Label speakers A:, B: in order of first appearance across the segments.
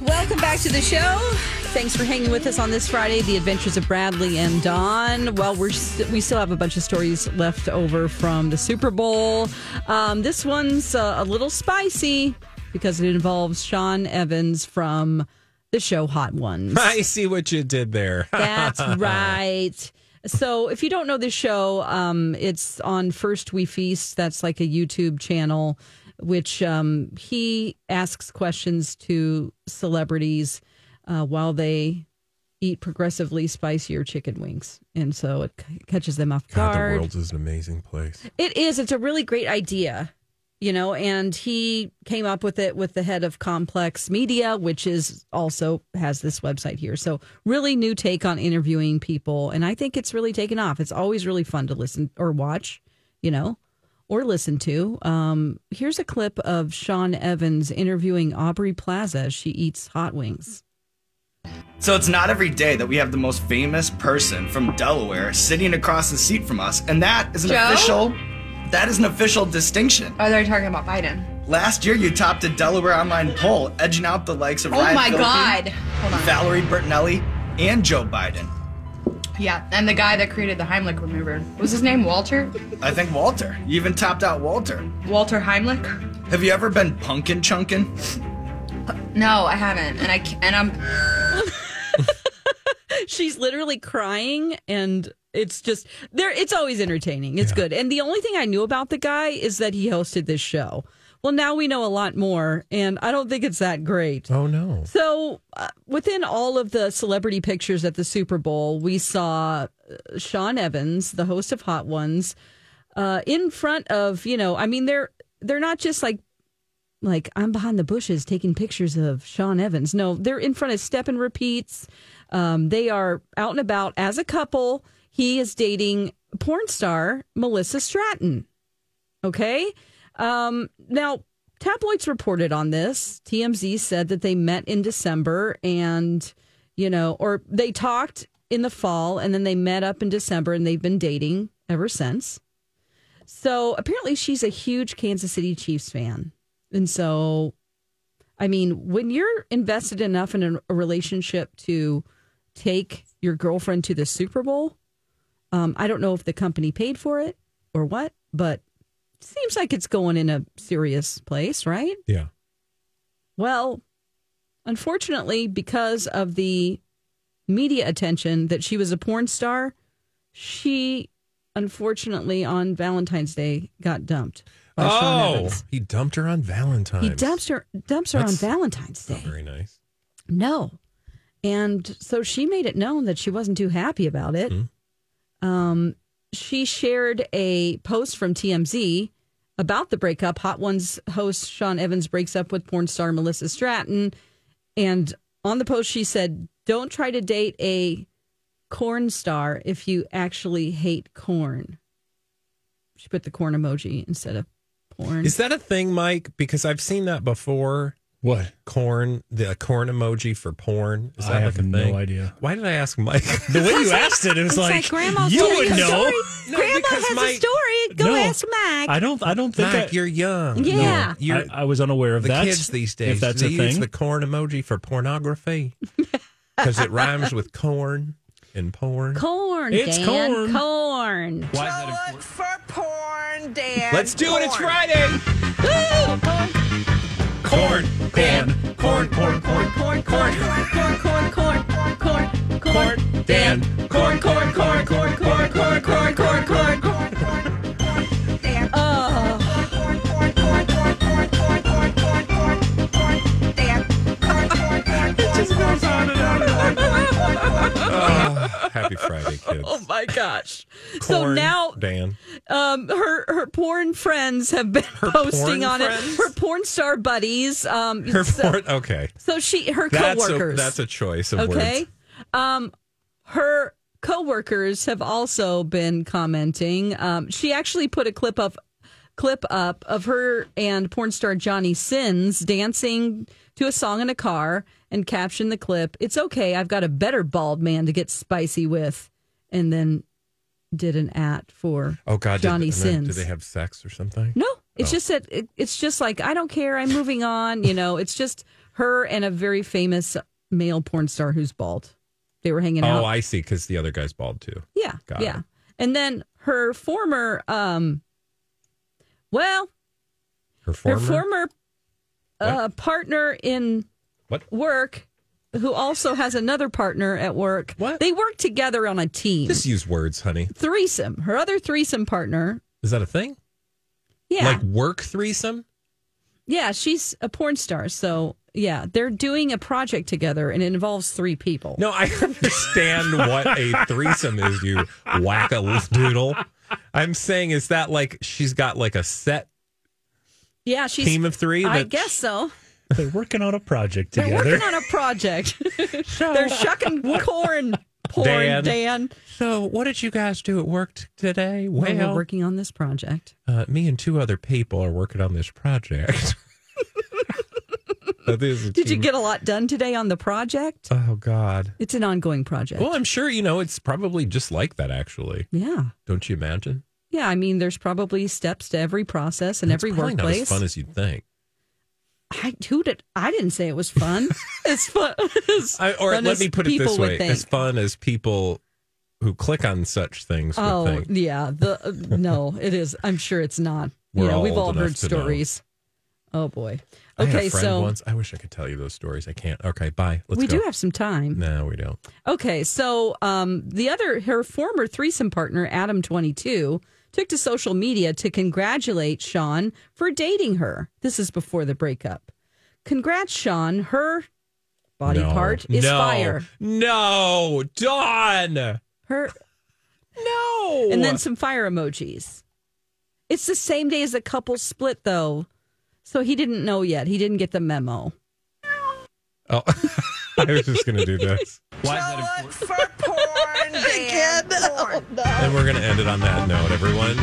A: Welcome back to the show. Thanks for hanging with us on this Friday, The Adventures of Bradley and Don. Well, we're st- we still have a bunch of stories left over from the Super Bowl. Um, this one's uh, a little spicy because it involves Sean Evans from the show Hot Ones.
B: I see what you did there.
A: That's right. So, if you don't know this show, um, it's on First We Feast. That's like a YouTube channel, which um, he asks questions to celebrities uh, while they eat progressively spicier chicken wings, and so it c- catches them off
B: God, the
A: guard.
B: world is an amazing place.
A: It is. It's a really great idea, you know, and he came up with it with the head of Complex Media, which is also has this website here. So, really new take on interviewing people. And I think it's really taken off. It's always really fun to listen or watch, you know, or listen to. Um, here's a clip of Sean Evans interviewing Aubrey Plaza as she eats hot wings.
C: So it's not every day that we have the most famous person from Delaware sitting across the seat from us, and that is an
D: Joe?
C: official. That is an official distinction.
D: Oh, they're talking about Biden.
C: Last year, you topped a Delaware online poll, edging out the likes of
D: Oh
C: Ryan
D: my
C: Phillippe,
D: God. Hold on.
C: Valerie Bertinelli, and Joe Biden.
D: Yeah, and the guy that created the Heimlich remover was his name Walter.
C: I think Walter. You even topped out Walter.
D: Walter Heimlich.
C: Have you ever been punkin' chunkin'?
D: No, I haven't, and I ca- and I'm
A: she's literally crying and it's just there it's always entertaining it's good and the only thing i knew about the guy is that he hosted this show well now we know a lot more and i don't think it's that great
B: Oh no.
A: so uh, within all of the celebrity pictures at the super bowl we saw uh, sean evans the host of hot ones uh, in front of you know i mean they're they're not just like like I'm behind the bushes taking pictures of Sean Evans. No, they're in front of step and repeats. Um, they are out and about as a couple. He is dating porn star Melissa Stratton. Okay. Um, now, tabloids reported on this. TMZ said that they met in December and, you know, or they talked in the fall and then they met up in December and they've been dating ever since. So apparently she's a huge Kansas City Chiefs fan. And so, I mean, when you're invested enough in a, a relationship to take your girlfriend to the Super Bowl, um, I don't know if the company paid for it or what, but seems like it's going in a serious place, right?
B: Yeah.
A: Well, unfortunately, because of the media attention that she was a porn star, she unfortunately on Valentine's Day got dumped. by Sean
B: Oh,
A: Evans.
B: he dumped her on Valentine's.
A: he dumps her dumps her
B: That's-
A: on Valentine's
B: Not
A: Day.
B: very nice.
A: No. And so she made it known that she wasn't too happy about it.
E: Hmm.
A: Um, she shared a post from TMZ about the breakup. Hot Ones host Sean Evans breaks up with porn star Melissa Stratton. And on the post, she said, Don't try to date a corn star if you actually hate corn. She put the corn emoji instead of porn.
B: Is that a thing, Mike? Because I've seen that before.
E: What?
B: Corn, the corn emoji for porn. Is that
E: I
B: like
E: have
B: a thing?
E: no idea.
B: Why did I ask Mike?
E: The way you asked it, it was
A: it's
E: like,
A: like, Grandma's
E: you
A: telling
E: would
A: a
E: know.
A: story.
B: No,
A: Grandma
B: because
A: has
B: Mike-
A: a story. Go
E: No.
A: ask Mike.
E: I don't. I don't think.
B: Mike,
E: I,
B: you're young.
A: Yeah.
B: you're
E: I, I was unaware of
B: the
E: that.
B: kids these days.
E: if that's
B: they
E: a
B: use
E: thing.
B: the corn emoji for pornography because it rhymes with corn and porn.
A: Corn.
E: It's
A: Dan,
E: corn.
A: corn.
E: Why is that important?
B: Let's do it. It's Friday. Corn,
E: Dan,
B: corn, corn, corn, corn, corn,
A: Corn, corn, corn, corn, corn.
B: Dan, corn, corn, corn, corn, corn, corn, corn, corn, corn.
A: Oh,
B: It just goes on and on and on. Ah, happy Friday, kids.
A: oh my gosh. so
B: Corn,
A: now
B: Dan,
A: um, her her porn friends have been posting
B: porn
A: on
B: friends?
A: it. Her porn star buddies. Um,
B: her
A: so,
B: porn. Okay,
A: so she her
B: that's a
A: coworkers.
B: that's a choice of
A: okay.
B: words.
A: Um, her coworkers have also been commenting. Um, she actually put a clip of clip up of her and porn star Johnny Sins dancing to a song in a car and captioned the clip, "It's okay, I've got a better bald man to get spicy with," and then did an at for
B: Oh God, did-
A: Johnny
B: and then
A: Sins.
B: Did they have sex or something?
A: No, it's just that it, it's just like I don't care. I'm moving on. You know, it's just Her and a very famous male porn star who's bald. They were hanging out.
B: Oh, I see. Because the other guy's bald too.
A: Yeah.
B: Got
A: yeah.
B: it.
A: And then her former um well,
B: Her former.
A: her former uh, partner in
B: What?
A: work who also has another partner at work.
B: What?
A: They work together on a team.
B: Just use words, honey.
A: threesome. Her other threesome partner.
B: Is that a thing?
A: Yeah.
B: Like work threesome?
A: yeah, she's a porn star, so yeah, they're doing a project together and it involves three people.
B: No, I understand what a threesome is, you wackadoodle. doodle. I'm saying, is that like she's got like a set
A: yeah, she's
B: team of three?
A: I
B: that-
A: guess so.
E: They're working on a project
A: They're
E: together.
A: working on a project. they're shucking corn. Porn,
B: Dan.
A: Dan.
B: So, what did you guys do at work t- today?
A: Well,
B: Well,
A: we're working on this project.
B: uh, me and two other people are working on this project. That is a
A: Did you
B: team-
A: get a lot done today on the project?
B: Oh God.
A: It's an ongoing project.
B: Well, I'm sure you know it's probably just like that. Actually,
A: yeah.
B: don't you imagine?
A: Yeah, I mean, there's probably steps to every process and
B: It's
A: every
B: probably
A: workplace.
B: Not as fun as you'd think.
A: I who did I didn't say it was fun. it's fun. It's
B: I, or
A: fun
B: let
A: as
B: me put it
A: people
B: this
A: would
B: way:
A: think.
B: as fun as people who click on such things would
A: Oh
B: think.
A: yeah, the uh, no, it is. I'm sure it's not.
B: We're
A: you know,
B: all
A: we've
B: old
A: all
B: enough
A: heard
B: to know.
A: stories. Oh boy.
B: I had
A: Okay,
B: a friend
A: so
B: once I wish I could tell you those stories. I can't. Okay, bye. Let's
A: we
B: go.
A: do have some time.
B: no, we don't.
A: Okay, so um, the other, her former threesome partner, Adam22, took to social media to congratulate Sean for dating her. This is before the breakup. Congrats, Sean. Her body
B: No.
A: part is
B: no.
A: fire.
B: No, Dawn.
A: Her,
B: No.
A: and then some fire emojis. It's the same day as the couple split, though. So he didn't know yet. He didn't get the memo.
B: oh, I was just gonna do this,
E: Why is that important?
A: Oh,
B: and we're gonna end it on that note, everyone.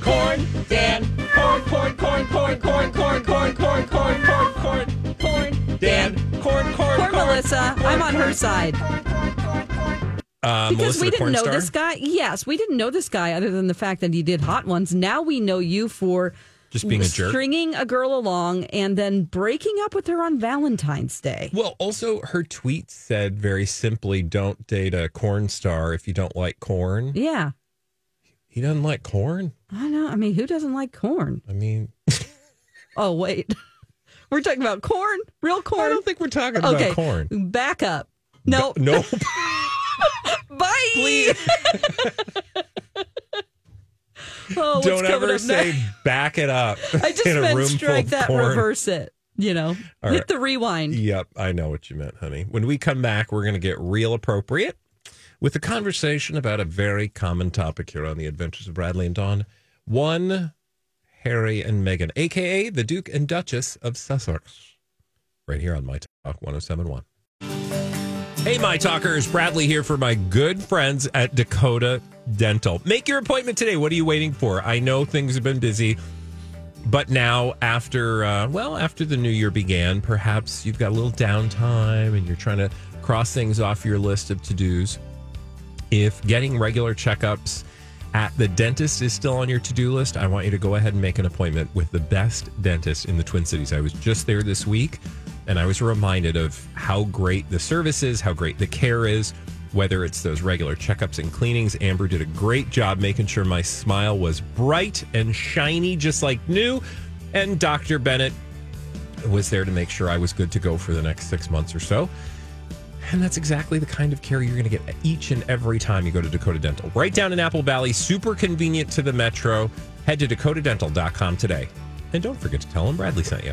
B: Corn, Dan, corn, corn, corn, corn, corn, corn, corn, corn, corn, corn, corn, corn, Dan, corn, corn,
A: Poor Melissa. I'm on her side.
B: Uh,
A: because
B: Melissa
A: we
B: the
A: didn't
B: porn
A: know
B: star?
A: this guy. Yes, we didn't know this guy other than the fact that he did hot ones. Now we know you for
B: Just being a jerk.
A: stringing a girl along and then breaking up with her on Valentine's Day.
B: Well, also her tweet said very simply, "Don't date a corn star if you don't like corn."
A: Yeah,
B: He doesn't like corn.
A: I know. I mean, who doesn't like corn?
B: I mean,
A: Oh wait, we're talking about corn, real corn.
B: I don't think we're talking
A: okay,
B: about corn.
A: Back up. No,
B: No,
A: bye. oh, what's
B: don't
A: coming
B: ever
A: up
B: say
A: next?
B: back it up.
A: I just
B: in a
A: meant
B: room full
A: strike
B: of
A: that,
B: corn.
A: reverse it. You know,
B: All
A: hit
B: right.
A: the rewind.
B: Yep, I know what you meant, honey. When we come back, we're going to get real appropriate with a conversation about a very common topic here on the Adventures of Bradley and Dawn. One, Harry and Meghan, aka the Duke and Duchess of Sussex, right here on My Talk 1071. Hey, my talkers, Bradley here for my good friends at Dakota Dental. Make your appointment today. What are you waiting for? I know things have been busy. But now, after uh, well, after the new year began, perhaps you've got a little downtime and you're trying to cross things off your list of to dos. If getting regular checkups at the dentist is still on your to do list, I want you to go ahead and make an appointment with the best dentist in the Twin Cities. I was just there this week and I was reminded of how great the service is, how great the care is, whether it's those regular checkups and cleanings. Amber did a great job making sure my smile was bright and shiny, just like new. And Dr. Bennett was there to make sure I was good to go for the next six months or so. And that's exactly the kind of care you're going to get each and every time you go to Dakota Dental. Right down in Apple Valley, super convenient to the metro. Head to dakotadental.com today. And don't forget to tell them Bradley sent you.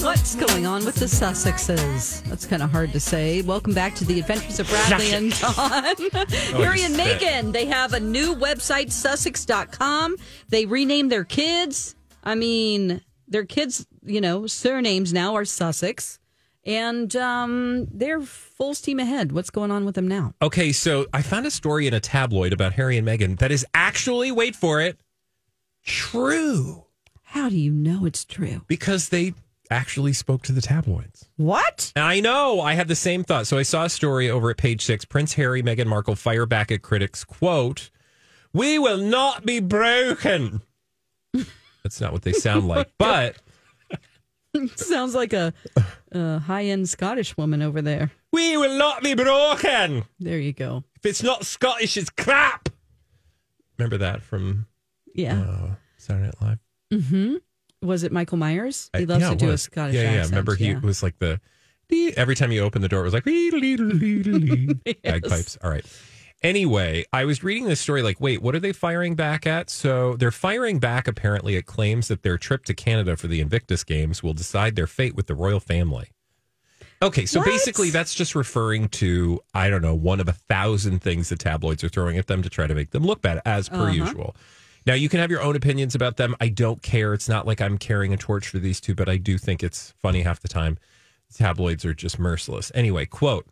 A: What's going on with the Sussexes? That's kind of hard to say. Welcome back to the Adventures of Bradley and Don. Harry and
B: he's fat.
A: Megan, they have a new website, sussex.com. They renamed their kids. I mean, their kids, you know, surnames now are Sussex. And um, they're full steam ahead. What's going on with them now?
B: Okay, so I found a story in a tabloid about Harry and Meghan that is actually, wait for it, true
A: How do you know it's true?
B: because they actually spoke to the tabloids.
A: What?
B: I know. I had the same thought. So I saw a story over at page six Prince Harry, Meghan Markle fire back at critics, quote, We will not be broken. That's not what they sound like, but
A: Sounds like a, a high end Scottish woman over there.
B: we will not be broken.
A: There you go.
B: If it's not Scottish, it's crap. Remember that from
A: Yeah.
B: uh, Saturday Night Live?
A: was it Michael Myers?
B: I-
A: He loves
B: yeah,
A: to
B: it
A: do a
B: was.
A: Scottish
B: yeah,
A: accent.
B: Yeah, remember he
A: yeah.
B: was like the dee- every time you open the door, it was like "Wee, lee, lee, lee, lee." bagpipes. All right. Anyway, I was reading this story. Like, wait, what are they firing back at? So they're firing back apparently at claims that their trip to Canada for the Invictus Games will decide their fate with the royal family. Okay, so
A: What?
B: basically, that's just referring to I don't know one of a thousand things the tabloids are throwing at them to try to make them look bad, as per usual. Now you can have your own opinions about them. I don't care. It's not like I'm carrying a torch for these two, but I do think it's funny half the time. Tabloids are just merciless. Anyway, quote.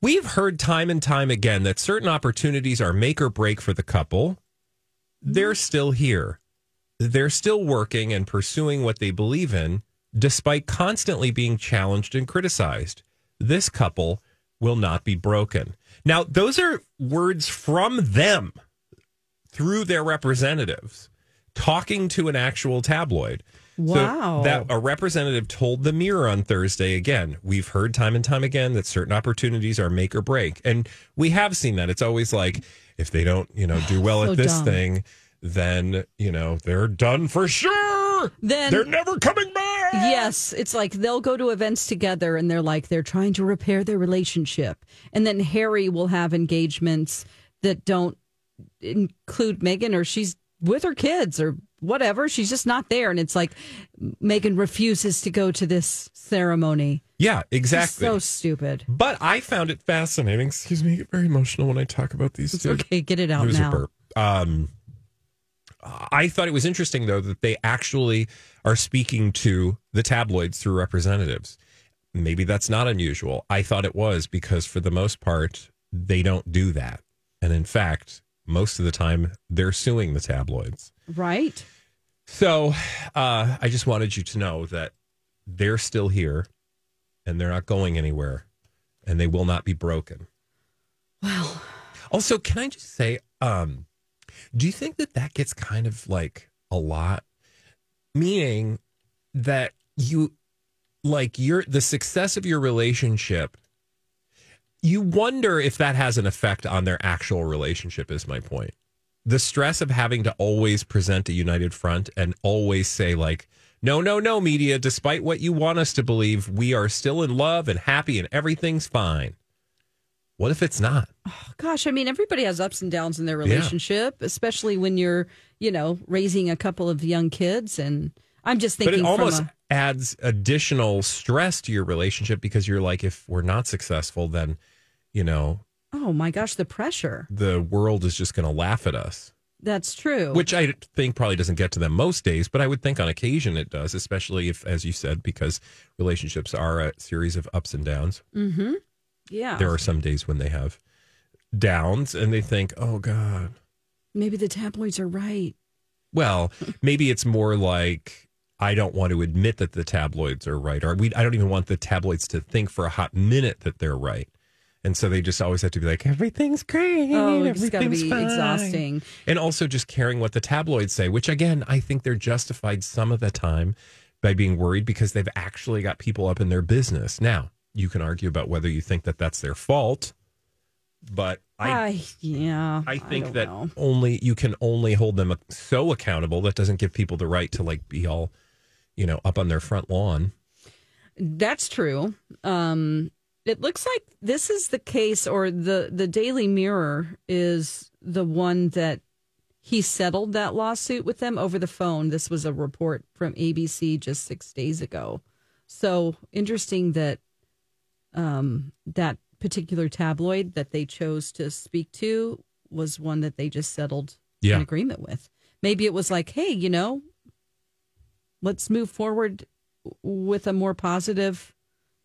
B: We've heard time and time again that certain opportunities are make or break for the couple. They're still here. They're still working and pursuing what they believe in, despite constantly being challenged and criticized. This couple will not be broken. Now, those are words from them through their representatives talking to an actual tabloid. So
A: Wow.
B: that a representative told the Mirror on Thursday again, we've heard time and time again that certain opportunities are make or break. And we have seen that. It's always like if they don't, you know, do well
A: So
B: at this
A: dumb.
B: thing, then, you know, they're done for sure.
A: Then-
B: they're never coming back.
A: Yes, it's like they'll go to events together and they're like they're trying to repair their relationship. And then Harry will have engagements that don't include Megan or she's with her kids or whatever. She's just not there and it's like Megan refuses to go to this ceremony.
B: Yeah,
A: It's
B: exactly.
A: So stupid.
B: but I found it fascinating. Excuse me, I get very emotional when I talk about these
A: It's
B: two.
A: okay, get it
B: It
A: out
B: was
A: now.
B: a burp. Um, I thought it was interesting though that they actually are speaking to the tabloids through representatives. Maybe that's not unusual. I thought it was because for the most part they don't do that, and in fact, most of the time they're suing the tabloids.
A: Right?
B: So uh, I just wanted you to know that they're still here, and they're not going anywhere, and they will not be broken.
A: Well,
B: Also, can I just say, um, do you think that that gets kind of like a lot? Meaning that you, like, your the success of your relationship, you wonder if that has an effect on their actual relationship, is my point. The stress of having to always present a united front and always say, like, no, no, no, media, despite what you want us to believe, we are still in love and happy and everything's fine. What if it's not?
A: gosh, I mean, everybody has ups and downs in their relationship, especially when you're, you know, raising a couple of young kids. And I'm just thinking,
B: but it almost
A: from a,
B: adds additional stress to your relationship because you're like if we're not successful then you know
A: oh my gosh, the pressure.
B: the world is just going to laugh at us
A: That's true.
B: which i think probably doesn't get to them most days but i would think on occasion it does especially if as you said because relationships are a series of ups and downs
A: mm-hmm. yeah,
B: there are some days when they have downs and they think oh god
A: maybe the tabloids are right.
B: Well, maybe it's more like I don't want to admit that the tabloids are right, or we I don't even want the tabloids to think for a hot minute that they're right. And so they just always have to be like, everything's great.
A: Oh, it's got to
B: everything's
A: be
B: fine."
A: exhausting.
B: And also just caring what the tabloids say, which again, I think they're justified some of the time by being worried because they've actually got people up in their business. Now, you can argue about whether you think that that's their fault, but I,
A: I, yeah.
B: I think
A: don't
B: that
A: know.
B: only you can only hold them so accountable. That doesn't give people the right to like be all, you know, up on their front lawn.
A: That's true. Um, it looks like this is the case, or the the Daily Mirror is the one that he settled that lawsuit with them over the phone. This was a report from ABC just six days ago. So interesting that um, that particular tabloid that they chose to speak to was one that they just settled
B: Yeah.
A: an agreement with. Maybe it was like, hey, you know, let's move forward with a more positive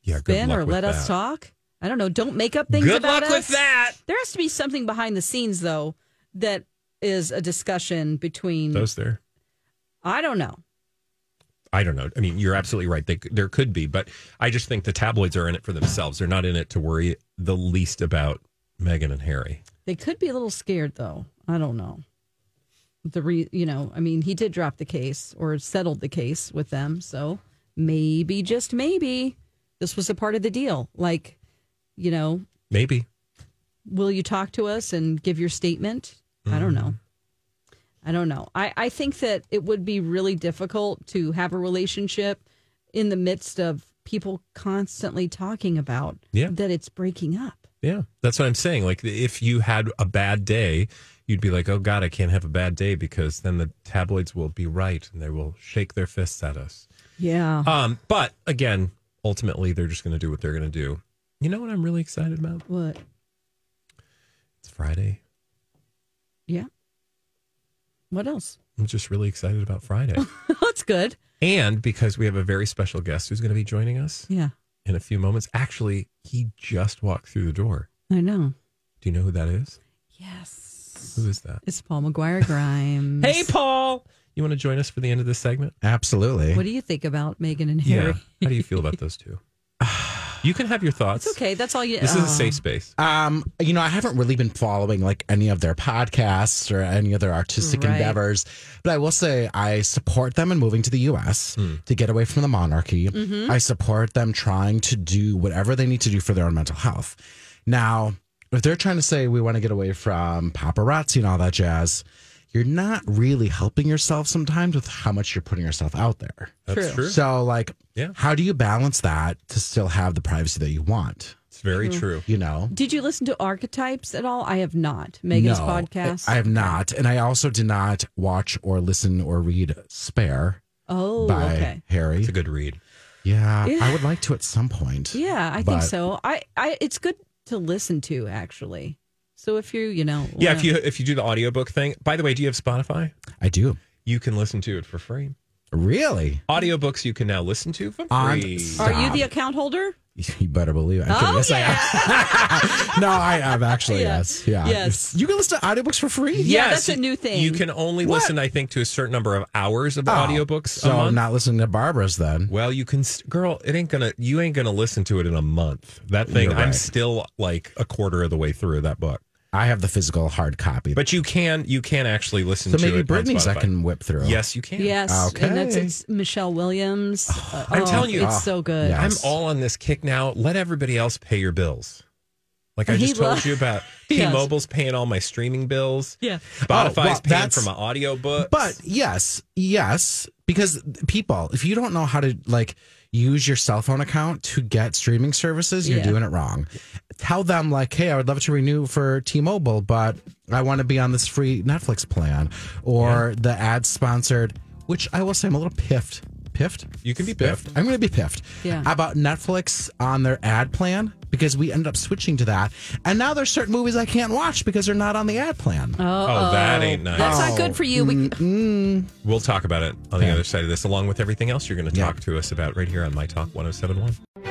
B: Yeah, good
A: spin
B: luck
A: or
B: with
A: let us
B: that.
A: talk. I don't know. Don't make up things
B: Good
A: about us.
B: luck with that.
A: There has to be something behind the scenes, though, that is a discussion between.
B: Those there.
A: I don't know.
B: I don't know. I mean, you're absolutely right. They, there could be, but I just think the tabloids are in it for themselves. They're not in it to worry the least about Meghan and Harry.
A: They could be a little scared, though. I don't know. The re, you know, I mean, he did drop the case or settled the case with them, so maybe, just maybe, this was a part of the deal. Like, you know,
B: Maybe.
A: will you talk to us and give your statement? I don't know. I don't know. I, I think that it would be really difficult to have a relationship in the midst of people constantly talking about
B: Yeah.
A: that it's breaking up.
B: Yeah. That's what I'm saying. Like, if you had a bad day, you'd be like, oh, God, I can't have a bad day because then the tabloids will be right and they will shake their fists at us.
A: Yeah.
B: Um, but again, ultimately, they're just going to do what they're going to do. You know what I'm really excited about?
A: What?
B: It's Friday.
A: Yeah. What else?
B: I'm just really excited about Friday.
A: That's good.
B: and because we have a very special guest who's going to be joining us.
A: Yeah.
B: in a few moments. Actually, he just walked through the door.
A: I know.
B: Do you know who that is?
A: Yes.
B: Who is that?
A: It's Paul McGuire Grimes.
B: Hey, Paul. You want to join us for the end of this segment?
F: Absolutely.
A: What do you think about Megan and Harry?
B: How do you feel about those two? You can have your thoughts.
A: It's okay. That's all you.
B: This is
A: Oh.
B: a safe space.
E: uh,
F: Um, you know, I haven't really been following like any of their podcasts or any of their artistic
A: Right.
F: endeavors, but I will say I support them in moving to the US to get away from the monarchy. I support them trying to do whatever they need to do for their own mental health. Now, if they're trying to say we want to get away from paparazzi and all that jazz, you're not really helping yourself sometimes with how much you're putting yourself out there.
B: That's true.
F: So, like,
B: Yeah.
F: how do you balance that to still have the privacy that you want?
B: It's very true.
F: You know?
A: Did you listen to Archetypes at all? I have not. Megan's
F: No,
A: podcast.
F: I have not. And I also did not watch or listen or read Spare
A: oh,
F: by
A: okay.
F: Harry.
B: It's a good read.
F: yeah, I would like to at some point.
A: Yeah, I
F: But-
A: think so. I, I, it's good to listen to actually. So if you, you know,
B: Yeah,
A: wanna-
B: if you if you do the audiobook thing. By the way, do you have Spotify?
F: I do.
B: You can listen to it for free.
F: Really?
B: Audiobooks you can now listen to for
F: On-
B: free.
A: are you the account holder?
F: You better believe it. I'm kidding.
A: Oh
F: Yes, I am.
A: yeah,
F: no, I am actually.
A: Yeah.
F: Yes. Yeah.
A: Yes.
F: You can listen to audiobooks for free?
A: Yeah, that's a new thing.
B: You can only
F: What?
B: listen, I think, to a certain number of hours of
F: Oh,
B: audiobooks.
F: So
B: a month.
F: I'm not listening to Barbara's then.
B: Well, you can, st- girl. It ain't gonna. You ain't gonna listen to it in a month. That thing.
F: You're
B: I'm
F: right.
B: still like a quarter of the way through that book.
F: I have the physical hard copy.
B: But you can. You can actually listen.
F: so
B: to
F: maybe
B: it on
F: Brittany's I
B: Spotify.
F: can whip through.
B: Yes, you can.
A: yes.
F: Okay.
A: And that's it's Michelle Williams. Uh,
B: I'm
A: oh,
B: telling you.
A: it's so good.
F: Yeah.
B: I'm
F: Yes.
B: all on this kick now. Let everybody else pay your bills. Like I
A: He
B: just told
A: lo-
B: you about.
A: He does.
B: T-Mobile's paying all my streaming bills.
A: Yeah.
B: Spotify's
F: Oh, well,
B: paying
F: that's-
B: for my audiobooks.
F: But yes, yes, because people, if you don't know how to like use your cell phone account to get streaming services, you're
A: Yeah.
F: doing it wrong. Tell them like, hey, I would love to renew for T-Mobile, but I want to be on this free Netflix plan or the ad sponsored, which I will say I'm a little piffed. Piffed?
B: You can be piffed.
F: I'm going to be piffed
A: Yeah.
F: about Netflix on their ad plan because we ended up switching to that. And now there's certain movies I can't watch because they're not on the ad plan.
B: oh, that ain't nice.
A: That's
F: Oh.
A: not good for you.
F: Mm.
A: We,
B: We'll talk about it on the other side of this, along with everything else you're going to talk to us about right here on My Talk 1071.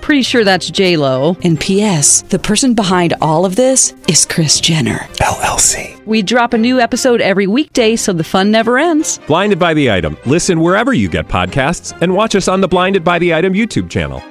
A: Pretty sure that's J Lo.
G: And P.S. The person behind all of this is Chris Jenner.
A: We drop a new episode every weekday, so the fun never ends.
H: Blinded by the Item. Listen wherever you get podcasts and watch us on the Blinded by the Item YouTube channel.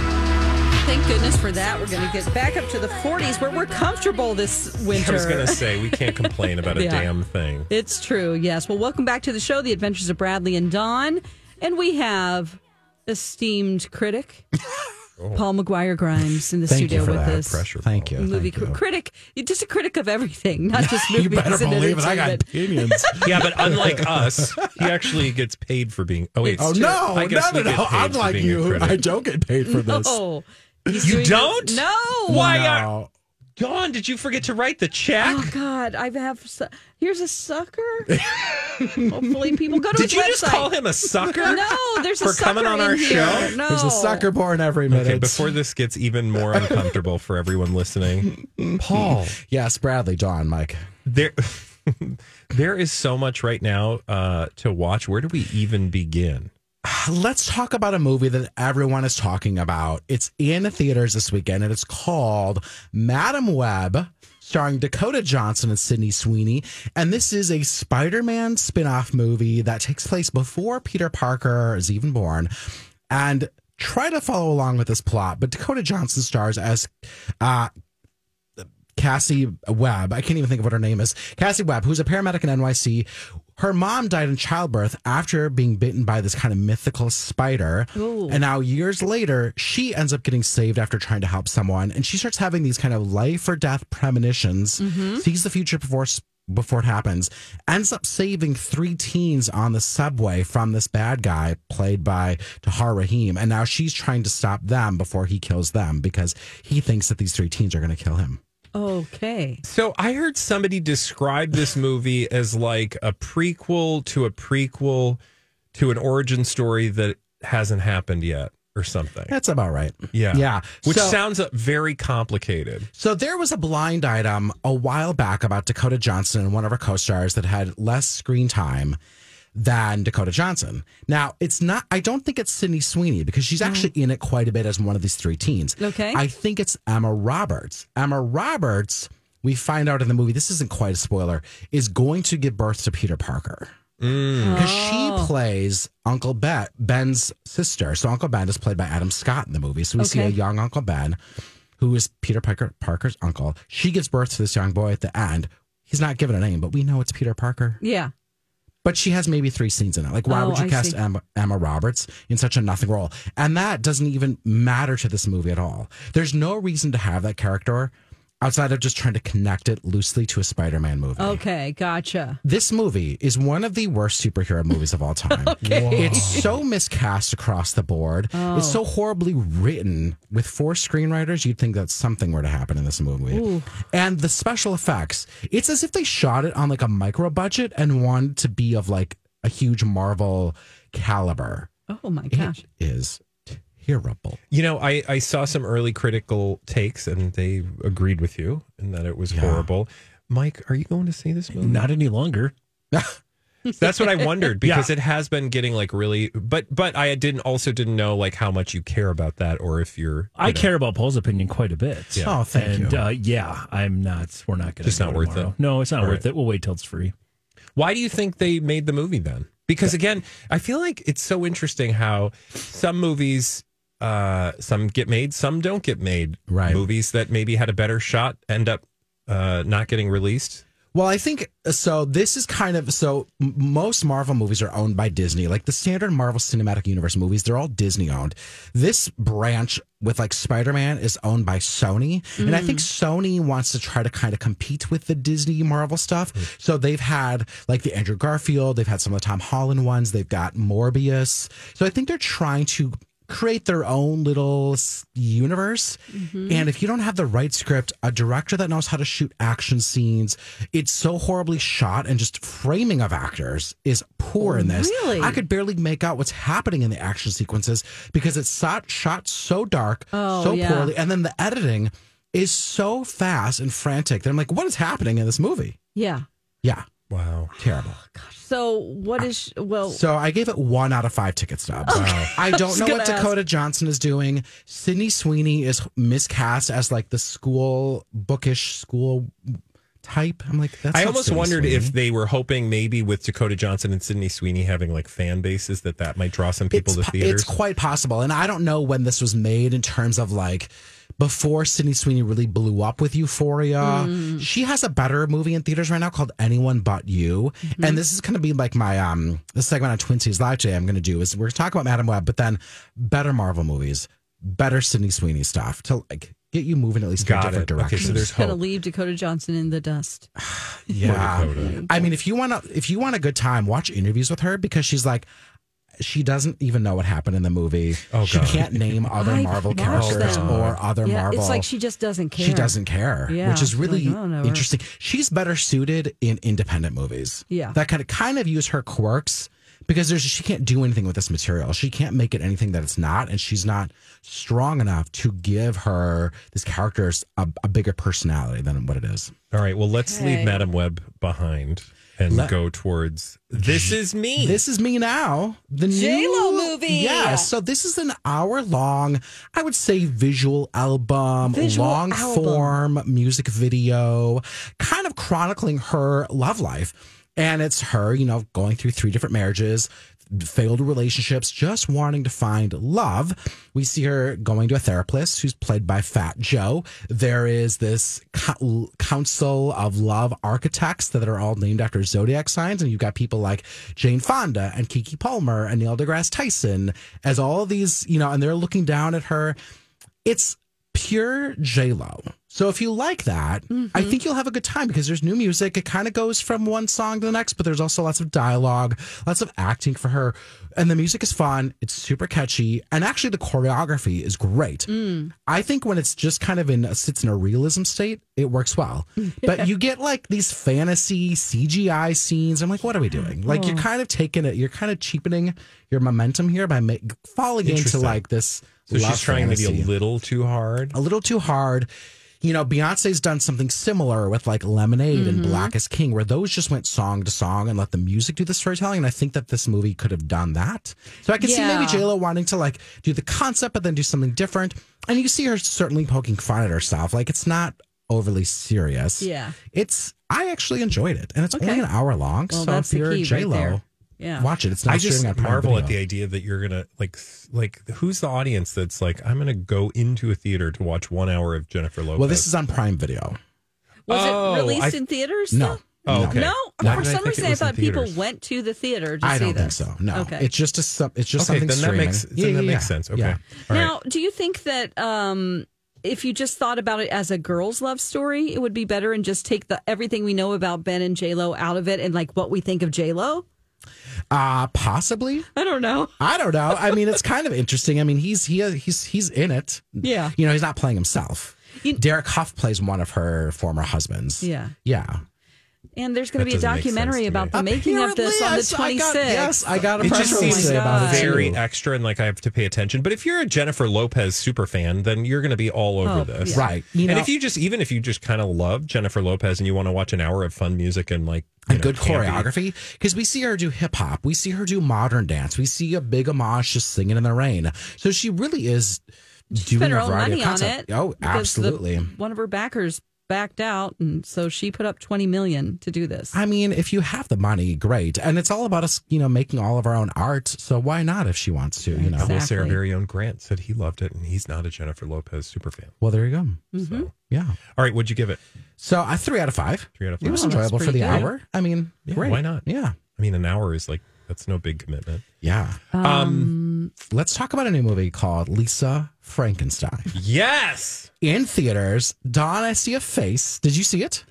A: Thank goodness for that. We're going to get back up to the 40s where we're comfortable this winter.
B: I was going to say, we can't complain about a
A: Yeah.
B: damn thing.
A: It's true, yes. Well, welcome back to the show, The Adventures of Bradley and Dawn. And we have esteemed critic Paul McGuire Grimes in the
F: Oh. Thank
A: studio
F: you for
A: with
F: that.
A: us.
B: Pressure.
F: Thank you.
A: Movie
F: thank
A: cri-
F: you.
A: critic, You're just a critic of everything, not just movies.
F: you better
A: and
F: believe it. I got
A: entertainment.
F: opinions.
B: Yeah, but unlike us, he actually gets paid for being. Oh wait,
F: oh
B: it's-
F: no,
B: I
F: no,
B: guess
F: no,
B: we get
F: no!
B: paid
F: I'm
B: for
F: like
B: being a
F: you.
B: critic.
F: I don't get paid for this.
A: No.
B: You don't?
A: No.
B: Why are-
F: No.
B: Dawn, did you forget to write the check?
A: Oh God, I have. Su- Here's a sucker. Hopefully, people go to
B: did
A: his
B: you
A: website.
B: just call him a sucker?
A: No, there's a
B: for
A: sucker
B: coming on
A: in
B: our
A: here.
B: show?
A: No.
F: There's a sucker born every minute.
B: Okay, before this gets even more uncomfortable for everyone listening, Paul,
F: yes, Bradley, John, Mike.
B: there, there is so much right now uh, to watch. Where do we even begin?
F: Let's talk about a movie that everyone is talking about. It's in the theaters this weekend, and it's called Madam Web, starring Dakota Johnson and Sydney Sweeney. And this is a Spider Man spin off movie that takes place before Peter Parker is even born. And try to follow along with this plot, but Dakota Johnson stars as uh, Cassie Webb. I can't even think of what her name is. Cassie Webb, who's a paramedic in NYC. Her mom died in childbirth after being bitten by this kind of mythical spider. And now, years later, she ends up getting saved after trying to help someone. And she starts having these kind of life or death premonitions, sees the future before before it happens, ends up saving three teens on the subway from this bad guy played by Tahar Rahim. And now she's trying to stop them before he kills them because he thinks that these three teens are going to kill him.
A: Okay.
B: So I heard somebody describe this movie as like a prequel to a prequel to an origin story that hasn't happened yet or something.
F: That's about right.
B: Yeah.
F: Yeah.
B: Which
F: so,
B: sounds uh, very complicated.
F: so there was a blind item a while back about Dakota Johnson and one of her co-stars that had less screen time than Dakota Johnson. Now, it's not I don't think it's Sydney Sweeney because she's actually in it quite a bit as one of these three teens.
A: Okay.
F: I think it's Emma Roberts. Emma Roberts, we find out in the movie, this isn't quite a spoiler, is going to give birth to Peter Parker.
B: Hmm.
F: because
A: Oh.
F: she plays Uncle ben, Ben's sister. So Uncle Ben is played by Adam Scott in the movie. So we see a
A: Okay.
F: young Uncle Ben, who is Peter Parker, Parker's uncle. She gives birth to this young boy at the end. He's not given a name, but we know it's Peter Parker.
A: Yeah.
F: But she has maybe three scenes in it. Like, why
A: Oh,
F: would you
A: I
F: cast
A: see.
F: Emma, Emma Roberts in such a nothing role? And that doesn't even matter to this movie at all. There's no reason to have that character outside of just trying to connect it loosely to a Spider-Man movie
A: Okay. Gotcha.
F: this movie is one of the worst superhero movies of all time. It's so miscast across the board. It's so horribly written. With four screenwriters, you'd think that something were to happen in this movie. And the special effects, it's as if they shot it on like a micro budget and wanted to be of like a huge Marvel caliber.
A: Oh my
F: It
A: gosh.
F: is terrible.
B: You know, I, I saw some early critical takes and they agreed with you and that it was horrible. Mike, are you going to see this movie?
E: Not any longer.
B: That's what I wondered
E: Yeah.
B: because it has been getting like really but but I didn't also didn't know like how much you care about that or if you're you
E: I
B: know.
E: care about Paul's opinion quite a bit.
F: Oh, thank
E: and,
F: you.
E: Uh, yeah, I'm not. We're not going to.
B: Just not worth it?
E: No, it's not
B: All
E: worth
B: right.
E: it. We'll wait till it's free.
B: Why do you think they made the movie then? Because again, I feel like it's so interesting how some movies uh some get made, some don't get made.
F: Right.
B: Movies that maybe had a better shot end up uh not getting released.
F: Well, I think uh, so. This is kind of so. m- Most Marvel movies are owned by Disney. Like the standard Marvel Cinematic Universe movies, they're all Disney owned. This branch with like Spider Man is owned by Sony. And I think Sony wants to try to kind of compete with the Disney Marvel stuff. So they've had like the Andrew Garfield, they've had some of the Tom Holland ones, they've got Morbius. So I think they're trying to create their own little s- universe.
A: Mm-hmm.
F: And if you don't have the right script, a director that knows how to shoot action scenes, it's so horribly shot and just framing of actors is poor in this.
A: Really?
F: I could barely make out what's happening in the action sequences because it's shot, shot so dark,
A: Oh,
F: so
A: yeah.
F: poorly. And then the editing is so fast and frantic that I'm like, what is happening in this movie?
A: Yeah.
F: Yeah,
B: Wow.
F: terrible.
A: Gosh, So what is well?
F: So I gave it one out of five ticket stubs. I don't
A: was
F: know what
A: gonna
F: Dakota Johnson is doing. Sydney Sweeney is miscast as like the school bookish school type. I'm like, that's
B: I
F: not
B: almost
F: Sydney
B: wondered if
F: Sweeney.
B: they were hoping maybe with Dakota Johnson and Sydney Sweeney having like fan bases that that might draw some people
F: it's,
B: to
F: po-
B: theaters.
F: It's quite possible, and I don't know when this was made in terms of like before Sydney Sweeney really blew up with Euphoria. She has a better movie in theaters right now called Anyone But You, and this is going to be like my um the segment on Twin Cities Live today. I'm going to do is we're talking about Madam Web, but then better Marvel movies, better Sydney Sweeney stuff to like get you moving at least in a
B: Got
F: different
B: it. Okay, so
F: directions.
B: there's
A: Going to
B: hope.
A: leave Dakota Johnson in the dust.
F: Yeah. I mean, if you want to, if you want a good time, watch interviews with her because she's like, she doesn't even know what happened in the movie.
B: Oh,
F: she
B: God.
F: can't name other
A: I've
F: Marvel
A: watched
F: characters
A: them.
F: or other
A: yeah,
F: Marvel.
A: it's like she just doesn't care.
F: She doesn't care,
A: Yeah,
F: which is
A: she's
F: really
A: like, "I don't know her."
F: interesting. She's better suited in independent movies.
A: Yeah.
F: that kind of kind of use her quirks because there's she can't do anything with this material. She can't make it anything that it's not, and she's not strong enough to give her this character's a, a bigger personality than what it is.
B: All right, well let's leave
D: Okay.
B: Madam Web behind and
F: Let-
B: go towards This Is Me.
F: This is me now. The
I: J-Lo
F: new-
I: movie.
F: Yeah. So this is an hour long, I would say visual album,
A: Visual
F: long
A: album.
F: form music video, kind of chronicling her love life. And it's her, you know, going through three different marriages, failed relationships, just wanting to find love. We see her going to a therapist who's played by Fat Joe. There is this co- council of love architects that are all named after zodiac signs. And you've got people like Jane Fonda and Kiki Palmer and Neil deGrasse Tyson as all these, you know, and they're looking down at her. It's pure J Lo. So if you like that, I think you'll have a good time because there's new music. It kind of goes from one song to the next, but there's also lots of dialogue, lots of acting for her, and the music is fun. It's super catchy, and actually the choreography is great. I think when it's just kind of in a, sits in a realism state, it works well. But you get like these fantasy CGI scenes. I'm like, what are we doing? Like you're kind of taking it. You're kind of cheapening your momentum here by ma- falling into
B: Interesting.
F: like this.
B: so she's
F: love
B: trying to be
F: fantasy
B: a little too hard.
F: a little too hard. You know, Beyonce's done something similar with like Lemonade and
A: Mm-hmm.
F: Black is King, where those just went song to song and let the music do the storytelling. And I think that this movie could have done that. So I can see maybe
A: Yeah.
F: J Lo wanting to like do the concept, but then do something different. And you see her certainly poking fun at herself. Like it's not overly serious.
A: Yeah.
F: It's I actually enjoyed it, and it's only
A: Okay.
F: an hour long.
A: Well,
F: so
A: that's the
F: if you're
A: key
F: J
A: right
F: Lo,
A: there. Yeah.
F: watch it. It's not
B: I just
F: streaming on Prime
B: marvel at the
F: Video.
B: idea that you're gonna like s- like who's the audience that's like I'm gonna go into a theater to watch one hour of Jennifer Lopez.
F: Well, this is on Prime Video.
A: Was
B: Oh,
A: it released
B: I-
A: in theaters?
F: No.
A: though?
B: Oh, okay.
A: No,
B: Why
A: for
B: did I
A: some
B: think it
A: reason I
B: was in
A: thought people
B: theaters?
A: went to the theater to
F: I
A: see
F: don't
A: this.
F: think so. No,
A: Okay.
F: it's just a sub. It's just
B: okay,
F: something
B: then
F: streaming.
B: that makes then that makes sense. Okay.
F: Yeah.
B: All right.
A: now, do you think that um, if you just thought about it as a girl's love story, it would be better and just take the everything we know about Ben and J Lo out of it and like what we think of J Lo?
F: Uh, possibly.
A: I don't know.
F: I don't know. I mean, it's kind of interesting. I mean, he's he he's he's in it.
A: Yeah.
F: You know, he's not playing himself.
A: You-
F: Derek Huff plays one of her former husbands.
A: Yeah.
F: Yeah.
A: And there's going
B: That
A: to be a
B: doesn't make sense
A: documentary
B: to
A: about
B: me.
A: the making of this on the
F: Apparently,
A: 26th.
F: yes, I got- yes, I got a
B: It
F: press
B: just
F: release
B: seems
A: Oh my
F: about it.
B: very
F: too.
B: extra and like I have to pay attention. But if you're a Jennifer Lopez super fan, then you're going to be all over
A: Oh,
B: this.
A: yeah.
F: right. You know,
B: and if you just, even if you just kind of love Jennifer Lopez and you want to watch an hour of fun music and like you
F: and
B: know,
F: good
B: campy-
F: choreography because we see her do hip hop, we see her do modern dance, we see a big homage just singing in the rain. So she really is doing
A: spent her
F: a
A: own
F: variety
A: money
F: of
A: on
F: concepts.
A: it.
F: Oh,
A: because the-
F: absolutely.
A: one of her backers backed out, and so she put up twenty million to do this.
F: I mean, if you have the money, great. And it's all about us, you know, making all of our own art. So why not if she wants to, you know?
B: I will say our
A: Exactly.
B: very own Grant said he loved it and he's not a Jennifer Lopez super fan.
F: Well, there you go.
B: So,
F: Yeah.
B: all right, what'd you give it?
F: So a three out of five.
B: Three out of
F: It was
A: Oh,
B: five.
A: that's
F: enjoyable for the
A: pretty good.
F: hour. I mean,
B: Yeah,
F: great.
B: why not?
F: Yeah.
B: I mean, an hour is like, that's no big commitment.
F: Yeah.
B: Um,
F: Let's talk about a new movie called Lisa Frankenstein.
B: yes.
F: In theaters, Don, I see a face. Did you see it?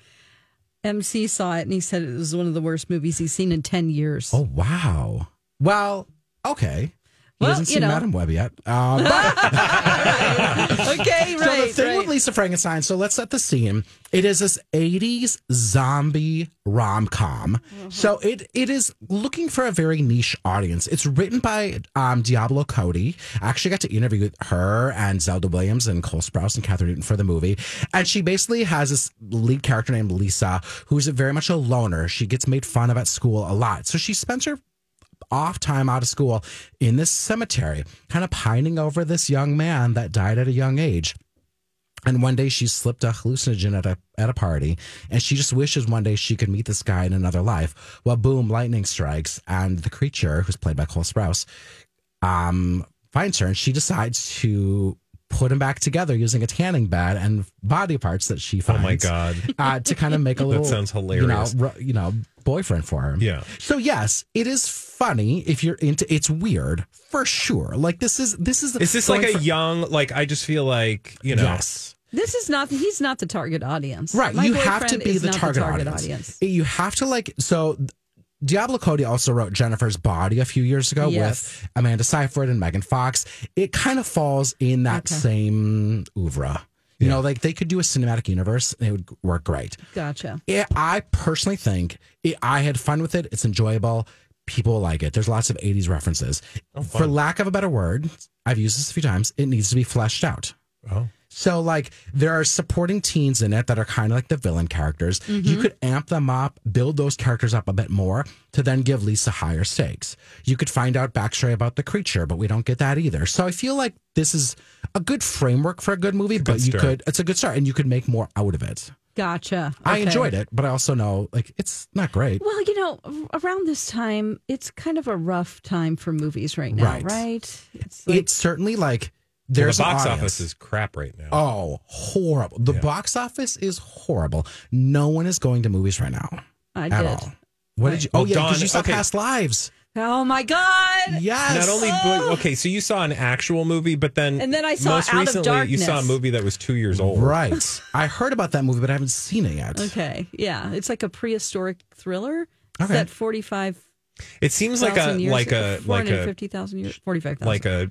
A: MC saw it and he said it
B: Oh,
A: was one of the worst movies he's seen in ten years.
F: Oh, wow. Well, okay. He
A: Well,
F: hasn't
A: you
F: seen
A: know.
F: Madam Web yet. Um,
A: okay, right.
F: so the thing
A: right.
F: with Lisa Frankenstein. So let's set the scene. It is this '80s zombie rom com. So it it is looking for a very niche audience. It's written by um, Diablo Cody. I actually got to interview with her and Zelda Williams and Cole Sprouse and Catherine Newton for the movie. And she basically has this lead character named Lisa, who's very much a loner. She gets made fun of at school a lot. So she spends her off time out of school in this cemetery, kind of pining over this young man that died at a young age. And one day she slipped a hallucinogen at a at a party, and she just wishes one day she could meet this guy in another life. Well, boom, lightning strikes, and the creature, who's played by Cole Sprouse, um, finds her, and she decides to put him back together using a tanning bed and body parts that she
B: Oh
F: finds.
B: my God.
F: Uh, to kind of make a
B: That
F: little
B: sounds hilarious.
F: You know, ru- you know, boyfriend for her.
B: Yeah.
F: So yes, it is funny if you're into. It's weird for sure. Like this is this is
B: Is this like
F: going
B: a
F: for-
B: young, like, I just feel like, you know,
F: yes.
A: This is not. He's not the target audience.
F: Right.
A: My
F: you have to
A: boyfriend
F: be
A: is
F: the
A: not
F: target, audience. You have to like so Diablo Cody also wrote Jennifer's Body a few years ago
A: Yes.
F: with Amanda Seyfried and Megan Fox. It kind of falls in that
A: Okay.
F: same oeuvre. You know, like they could do a cinematic universe and it would work great.
A: Gotcha.
F: It, I personally think it, I had fun with it. It's enjoyable. People like it. There's lots of 80s references. For lack of a better word, I've used this a few times. It needs to be fleshed out.
B: Oh.
F: So, like, there are supporting teens in it that are kind of like the villain characters.
A: Mm-hmm.
F: You could amp them up, build those characters up a bit more to then give Lisa higher stakes. You could find out backstory about the creature, but we don't get that either. So, I feel like this is a good framework for a good movie, but you
B: start.
F: could, it's a good start and you could make more out of it.
A: Gotcha.
F: I
A: Okay.
F: enjoyed it, but I also know like it's not great.
A: Well, you know, ar- around this time, it's kind of a rough time for movies right now,
F: Right.
A: right? It's like,
F: it's certainly like
B: well,
F: there's
B: the
F: an
B: box
F: audience.
B: office is crap right now.
F: oh horrible. The box office is horrible. No one is going to movies right now
A: I
F: at
A: did.
F: all. What did you?
B: Well,
F: oh yeah, because
B: Dawn-
F: you saw
B: okay.
F: Past Lives.
A: Oh my god!
F: Yes.
B: Not only, but, okay, so you saw an actual movie, but then,
A: Oh. And then I saw
B: most
A: Out of
B: recently, you saw a
A: Darkness.
B: movie that was two years old.
F: right. I heard about that movie, but I haven't seen it yet.
A: Okay, yeah, it's like a prehistoric thriller.
F: Okay.
A: That forty five
B: It seems like a,
A: thousand years,
B: like a,
A: four
B: like
A: hundred
B: a,
A: fifty thousand years, forty five thousand.
B: like a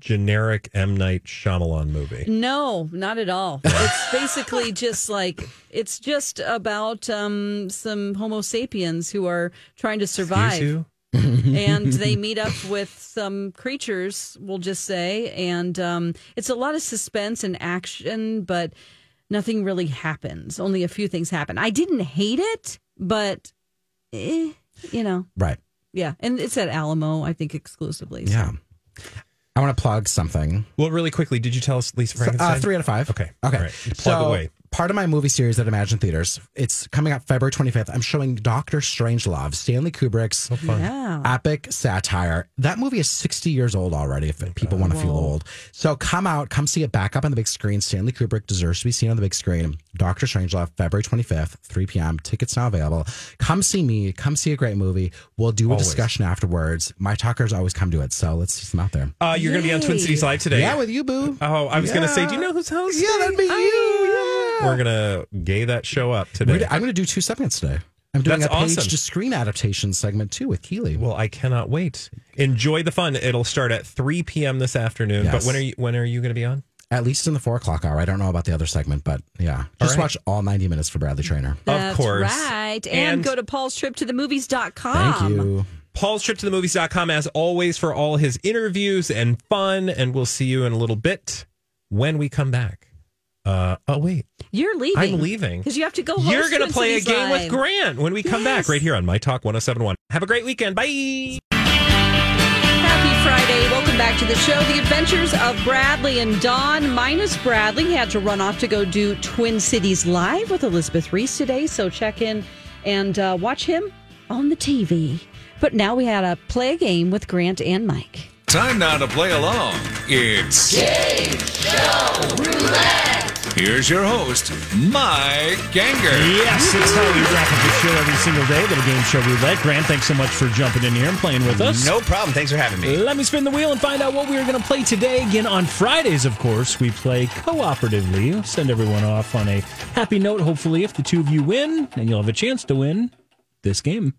B: generic M. Night Shyamalan movie.
A: No, not at all. It's basically just like it's just about um, some Homo sapiens who are trying to
B: Excuse
A: survive,
B: you?
A: and they meet up with some creatures. We'll just say, and um, it's a lot of suspense and action, but nothing really happens. Only a few things happen. I didn't hate it, but eh, you know,
F: Right.
A: yeah. And it's at Alamo, I think, exclusively. so.
F: Yeah. I want to plug something.
B: Well, really quickly, did you tell us Lisa
F: So,
B: Frankenstein?
F: Uh, three out of five.
B: Okay.
F: Okay.
B: All right. Plug
F: so
B: away.
F: part of my movie series at Imagine Theaters. It's coming up February 25th. I'm showing Doctor Strangelove, Stanley Kubrick's
A: Yeah.
F: epic satire. That movie is 60 years old already, if people want to feel old. So come out, come see it back up on the big screen. Stanley Kubrick deserves to be seen on the big screen. Doctor Strangelove, February 25th, 3 p.m. Tickets now available. Come see me. Come see a great movie. We'll do a
B: Always.
F: discussion afterwards. My talkers always come to it. So let's see some out there.
B: Uh, you're going to be on Twin Cities Live today.
F: Yeah, with you, boo.
B: Oh, I was going to say, do you know who's hosting?
F: Yeah, that'd be you. Yeah.
B: We're going to gay that show up
F: We're
B: today.
F: d- I'm going to do two segments today. I'm doing
B: That's
F: a page
B: awesome.
F: to screen adaptation segment too with Keely.
B: well, I cannot wait. Enjoy the fun. It'll start at 3 p.m. this afternoon. But
F: Yes.
B: when are you when are you going to be on?
F: At least in the four o'clock hour. I don't know about the other segment, but yeah, just
B: right.
F: watch all 90 minutes for Bradley Trainer.
A: That's
B: of course.
A: Right. And,
B: And-
A: go to Paul's trip to the movies.com.
F: Thank you.
B: Paul's trip to the movies.com as always for all his interviews and fun. And we'll see you in a little bit when we come back. Uh, oh, wait.
A: You're leaving.
B: I'm leaving.
A: Because you have to go host
B: You're going
A: Twin
B: to play a
A: Cities
B: game with
A: Live.
B: Grant when we come back
A: Yes.
B: right here on My Talk 1071. Have a great weekend. Bye.
A: Happy Friday. Welcome back to the show. The Adventures of Bradley and Dawn, minus Bradley, had to run off to go do Twin Cities Live with Elizabeth Reese today. So check in and uh, watch him on the TV. But now we had to play a game with Grant and Mike.
I: Time now to play along. It's Game Show Roulette. Here's your host, Mike Ganger.
E: Yes, it's how we wrap up the show every single day. Little game show roulette. Grant, thanks so much for jumping in here and playing with us.
C: No problem. Thanks for having me.
E: Let me spin the wheel and find out what we are going to play today. Again, on Fridays, of course, we play cooperatively. Send everyone off on a happy note, hopefully, if the two of you win, and you'll have a chance to win this game.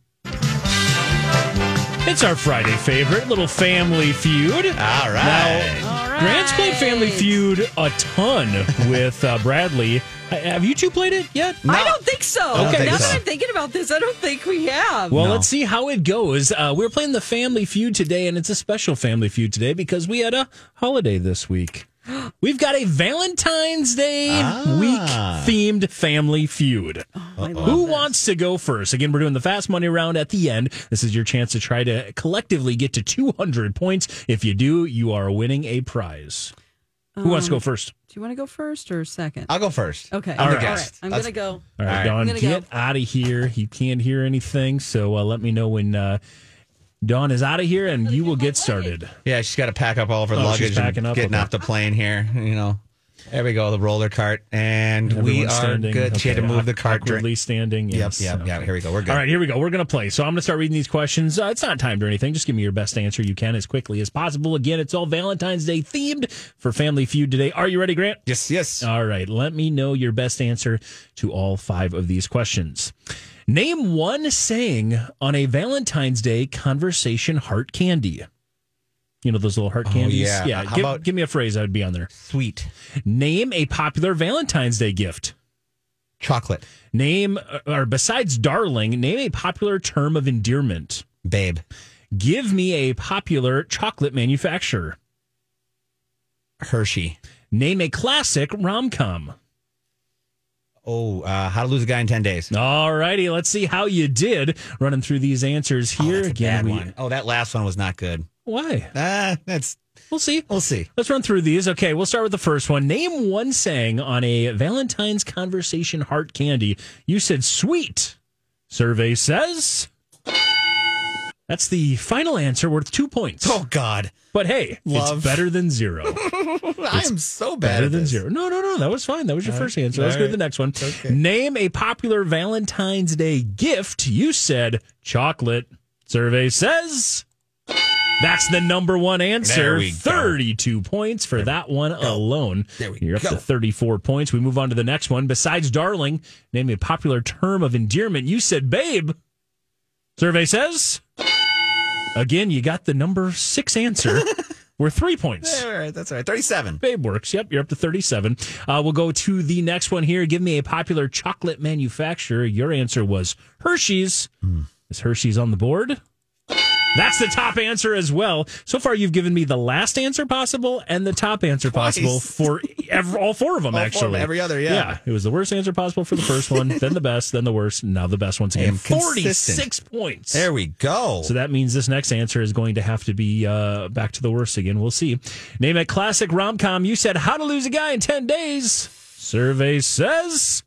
E: It's our Friday favorite, little Family Feud. All
J: right.
E: Now, Grant's played Family Feud a ton with uh, Bradley. Uh, Have you two played it yet?
A: I don't think so.
E: I don't
A: Okay,
E: think
A: now
E: so.
A: that I'm thinking about this, I don't think we have.
E: Well, let's see how it goes. Uh, we're playing the Family Feud today, and it's a special Family Feud today because we had a holiday this week. We've got a Valentine's Day week themed Family Feud. Who wants to go first? Again, we're doing the fast money round at the end. This is your chance to try to collectively get to 200 points. If you do, you are winning a prize. Who wants to
A: Um,
E: go first?
A: Do you want to go first or second?
E: I'll go first.
A: Okay.
E: I'm the
A: all right.
E: guest.
A: I'm
E: That's-
A: gonna go.
E: All right,
A: I'm
E: Dawn,
A: gonna
E: get
A: go.
E: out of here. You can't hear anything, so uh, let me know when uh, Dawn is out of here, and you will get started.
J: Yeah, she's got to pack up all of her
E: Oh, she's
J: luggage and
E: packing up,
J: getting
E: okay.
J: off the plane here. You know, there we go, the roller cart, and we are
E: Everyone's standing.
J: good. She had to
E: Okay,
J: move the
E: awk-
J: cart.
E: awkwardly standing.
J: Yep,
E: Yes.
J: yep, yep. Here we go. We're good.
E: All right, here we go. We're going to play. So I'm going to start reading these questions. Uh, it's not timed or anything. Just give me your best answer you can as quickly as possible. Again, it's all Valentine's Day themed for Family Feud today. Are you ready, Grant?
J: Yes, yes.
E: All right, let me know your best answer to all five of these questions. Name one saying on a Valentine's Day conversation heart candy. You know those little heart
J: Oh,
E: candies?
J: yeah.
E: yeah
J: How
E: give,
J: about-
E: give me a phrase that would be on there.
J: Sweet.
E: Name a popular Valentine's Day gift.
J: Chocolate.
E: Name, or besides darling, name a popular term of endearment.
J: Babe.
E: Give me a popular chocolate manufacturer.
J: Hershey.
E: Name a classic rom com.
J: Oh, uh, how to lose a guy in 10 days.
E: All righty, let's see how you did running through these answers here. Again,
J: Oh, Bad
E: we-
J: one. Oh, that last one was not good.
E: Why?
J: Ah, that's.
E: We'll see.
J: We'll see.
E: Let's run through these. Okay, we'll start with the first one. Name one saying on a Valentine's conversation heart candy. You said sweet. Survey says. That's the final answer worth two points.
J: Oh, God.
E: But hey,
J: Love.
E: it's better than zero.
J: I am so bad.
E: better
J: at
E: than
J: this.
E: zero. No, no, no. That was fine. That was your
J: All
E: first
J: right.
E: answer. Let's
J: All
E: go to the
J: right.
E: next one. Name a popular Valentine's Day gift. You said chocolate. Survey says that's the number one
J: There
E: answer.
J: we go.
E: 32 points for that one alone.
J: There we
E: You're up
J: go.
E: to 34 points. We move on to the next one. Besides darling, name a popular term of endearment. You said babe. Survey says again, you got the number six answer. We're three points.
J: All right, that's all right. 37.
E: Babe works. Yep, you're up to 37. Uh, we'll go to the next one here. Give me a popular chocolate manufacturer. Your answer was Hershey's.
J: Hmm.
E: Is Hershey's on the board? That's the top answer as well. So far, you've given me the last answer possible and the top answer
J: Twice.
E: possible for ev- all four of them,
J: All four of
E: actually.
J: them, every other, yeah.
E: Yeah, it was the worst answer possible for the first one, then the best, then the worst, now the best once
J: I
E: again.
J: am consistent.
E: 46 points.
J: There we go.
E: So that means this next answer is going to have to be uh, back to the worst again. We'll see. Name a classic rom com. You said How to Lose a Guy in 10 Days. Survey says.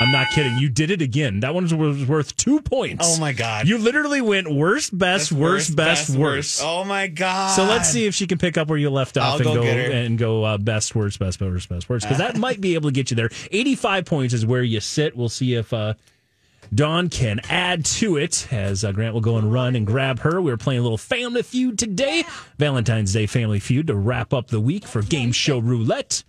E: I'm not kidding. You did it again. That one was- was worth two points.
J: Oh, my God.
E: You literally went worst, best, worst, best, worst.
J: Oh, my God.
E: So let's see if she can pick up where you left
J: I'll
E: off and
J: go
E: go
J: get her. Ah.
E: and go uh, best, worst, best, worst, best, worst because that might be able to get you there. Eighty-five points is where you sit. We'll see if uh, Dawn can add to it as uh, Grant will go and run and grab her. We're playing a little Family Feud today, Valentine's Day Family Feud to wrap up the week for Game Show Roulette.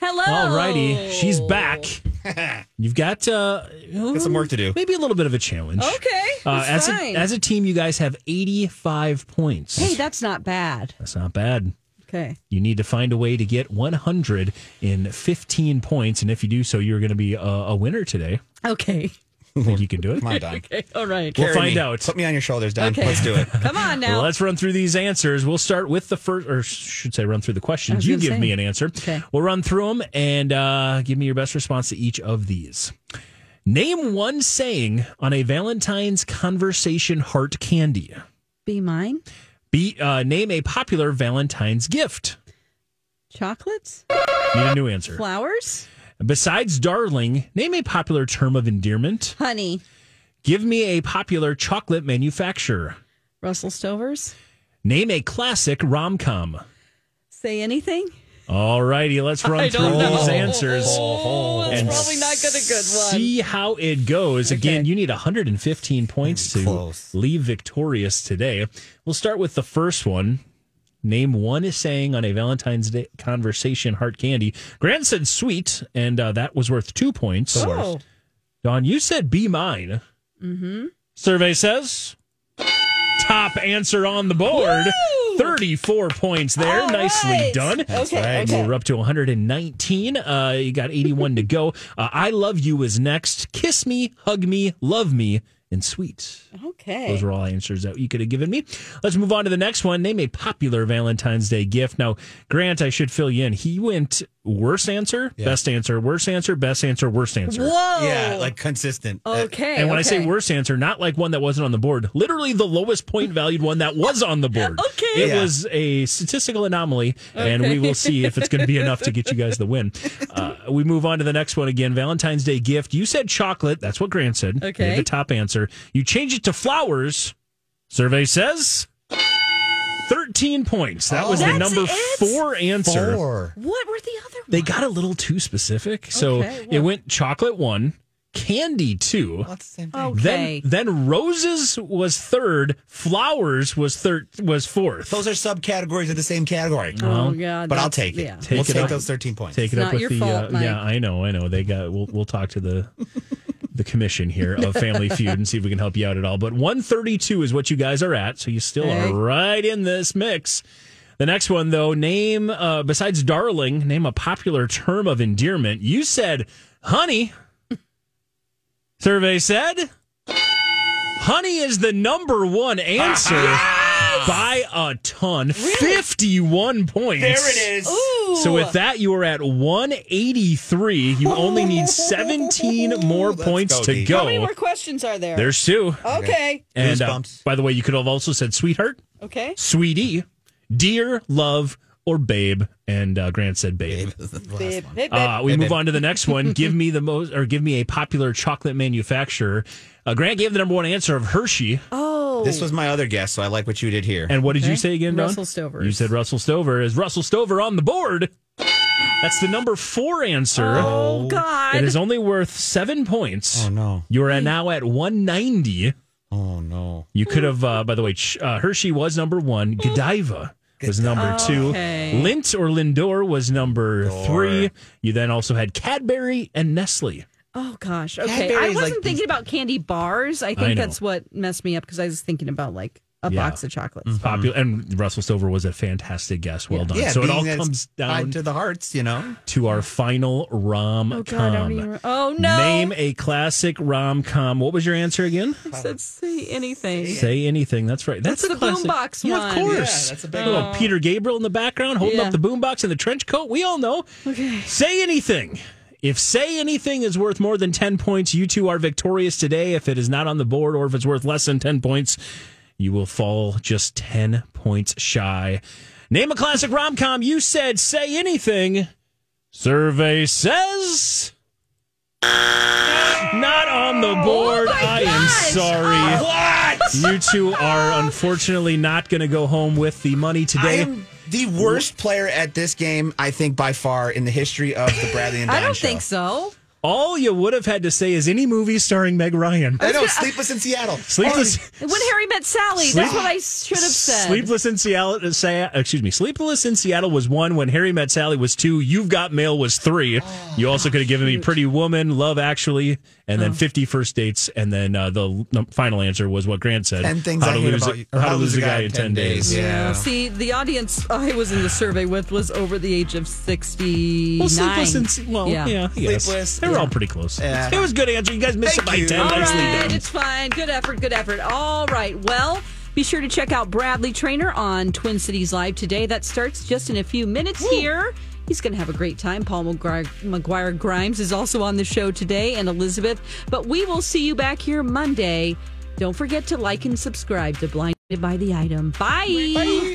A: Hello.
E: Alrighty,
A: Oh.
E: she's back. You've got uh,
J: Got some work to do.
E: Maybe a little bit of a challenge.
A: Okay.
E: Uh,
A: that's
E: as,
A: fine.
E: a, as a team, you guys have 85 points.
A: hey, that's not bad.
E: That's not bad.
A: Okay.
E: You need to find a way to get 115 points, and if you do so, you're going to be a, a winner today.
A: Okay.
E: Think you can do it?
J: Come on, Don.
A: Okay. All right.
E: We'll
J: Carry
E: find
J: me.
E: out.
J: Put me on your shoulders, Don.
A: Okay.
J: Let's do it.
A: Come on now.
E: Let's run through these answers. We'll start with the first, or should say, run through the
A: I
E: questions.
A: was
E: You
A: gonna
E: give
A: say.
E: me an answer.
A: Okay.
E: We'll run through them and uh, give me your best response to each of these. Name one saying on a Valentine's conversation heart candy.
A: Be mine.
E: Be uh, name a popular Valentine's gift.
A: Chocolates.
E: Need a new answer.
A: Flowers.
E: Besides darling, name a popular term of endearment.
A: Honey.
E: Give me a popular chocolate manufacturer.
A: Russell Stovers.
E: Name a classic rom com.
A: Say anything.
E: All righty, let's run
A: I
E: through
A: don't know.
E: these answers.
A: Oh, that's
E: And
A: probably not good. A good one.
E: See how it goes. Again, you need 115 points to
J: Close.
E: leave victorious today. We'll start with the first one. Name one is saying on a Valentine's Day conversation heart candy. Grant said sweet, and uh, that was worth two points.
A: oh.
E: Don, you said be mine.
A: Mm-hmm.
E: Survey says top answer on the board. 34 points there.
K: All
E: Nicely
K: right.
E: done.
K: That's Okay, right. okay.
E: We're up to 119. Uh, you got 81 to go. Uh, I Love You is next. Kiss Me, Hug Me, Love Me, and Sweet.
A: Okay.
E: Those were all answers that you could have given me. Let's move on to the next one. Name a popular Valentine's Day gift. Now, Grant, I should fill you in. He went worst answer, best answer, worst answer, best answer, worst answer.
A: Whoa.
J: Yeah, like consistent.
E: uh,
J: Uh,
A: Okay.
E: And when I say
A: okay.
E: worst answer, not like one that wasn't on the board, literally the lowest point valued one that was on the board.
A: Okay.
E: It
A: Yeah.
E: was a statistical anomaly, and we will see if it's going to be enough to get you guys the win. Uh, we move on to the next one again Valentine's Day gift. You said chocolate. That's what Grant said. You
A: Okay.
E: had The top answer. You change it to flowers. Survey says 13 points. That was the
A: That's
E: number
A: it?
E: four answer.
A: What were the other?
E: They got a little too specific. So
A: Okay,
E: it
A: well-
E: went chocolate one, candy two.
A: Okay.
E: Then then roses was third, flowers was third was fourth.
J: Those are subcategories of the same category.
E: Oh,
A: God,
J: But I'll
A: that's-
J: take it.
A: yeah.
J: Take we'll
E: it
J: take
E: up-
J: those 13 points.
E: Take it
A: It's not
E: up with
A: your
E: the uh,
A: fault, Mike.
E: yeah. I know, I know. They got. We'll we'll talk to the the commission here of Family Feud and see if we can help you out at all. But one thirty two is what you guys are at, so you still
A: Okay.
E: are right in this mix. The next one though, name uh, besides darling, name a popular term of endearment. You said honey. Survey said honey is the number one answer.
A: Ah,
E: By a ton, fifty-one points. So with that, you are at 183. You only need 17 more points to
A: How many
E: go.
A: more Oh. questions are there?
E: oh. There's two.
A: Okay.
E: And uh, by the way, you could have also said sweetheart,
A: Okay.
E: sweetie, dear, love, or babe. And uh, Grant said babe.
A: Babe. Hey, babe.
E: Uh, we
A: Hey,
E: move
A: babe.
E: on to the next one. give me the most, or give me a popular chocolate manufacturer. Uh, Grant gave the number one answer of Hershey.
A: Oh.
J: This was my other guess, so I like what you did here.
E: And what did you say again, Don?
A: Russell Stover.
E: You said Russell Stover. Is Russell Stover on the board? That's the number four answer.
A: Oh, God.
E: It is only worth seven points.
J: Oh, no.
E: You are now at 190.
J: Oh, no.
E: You could have, uh, by the way, Ch- uh, Hershey was number one. Godiva was number two.
A: Okay.
E: Lint or Lindor was number three. You then also had Cadbury and Nestle.
A: Oh gosh. Okay. I
E: Cadbury's
A: wasn't
E: like
A: thinking about candy bars. I think
E: know.
A: that's what messed me up because I was thinking about like a box of chocolates.
E: Popular, and Russell Stover was a fantastic guess. Well done.
J: Hmm. Yeah,
E: so it
J: being
E: all
J: that it's
E: comes down
J: tied to the hearts, you know.
E: to our final rom
A: Oh god. I
E: com.
A: don't even. Oh no.
E: Name a classic rom com. What was your answer again?
A: I said say anything.
E: Say anything. That's right. That's,
A: That's
E: a
A: the
E: classic.
A: boombox
E: yeah,
A: one.
E: Of course.
A: Yeah, that's a big
E: Little
A: one.
E: Peter Gabriel in the background holding
A: Yeah.
E: up the boombox and the trench coat. We all know.
A: Okay.
E: Say anything. If say anything is worth more than ten points, you two are victorious today. If it is not on the board, or if it's worth less than ten points, you will fall just ten points shy. Name a classic rom com. You said say anything. Survey says. Not on
A: Oh
E: the board. I am sorry. What? You two are unfortunately not going to go home with the money
J: I
E: today.
J: am the worst player at this game, I think, by far in the history of the Bradley and Don
A: I don't
J: show.
A: think so.
E: All you would have had to say is any movie starring Meg
B: Oh,
E: Ryan.
J: I know. Sleepless in Seattle.
E: Sleepless,
A: When Harry met Sally, that's
E: Sleep-
A: what I should have said.
E: Sleepless in Seattle. Sa- Excuse me. Sleepless in Seattle was one. When Harry Met Sally was two. You've Got Mail was three. you also could have given me Pretty Woman, Love Actually, and then Fifty First Dates, and then uh, the l- no, final answer was what Grant said:
J: Ten things I hate about you-
E: How to lose a guy in ten days.
A: Yeah. See, the audience I was in the survey with was over the age of 69.
E: Well, sleepless in Se- well, yeah, yes.
J: Sleepless,
E: They were
J: yeah.
E: all pretty close.
J: Yeah.
E: It was a good answer. You guys missed
J: Thank
E: it by
J: you.
E: ten.
A: All
E: Nicely
A: right,
E: done.
A: it's fine. Good effort, good effort. All right, well, be sure to check out Bradley Trainer on Twin Cities Live today. That starts just in a few minutes here. He's going to have a great time. Paul McGuire, McGuire Grimes is also on the show today, and Elizabeth. But we will see you back here Monday. Don't forget to like and subscribe to Blinded by the Item. Bye.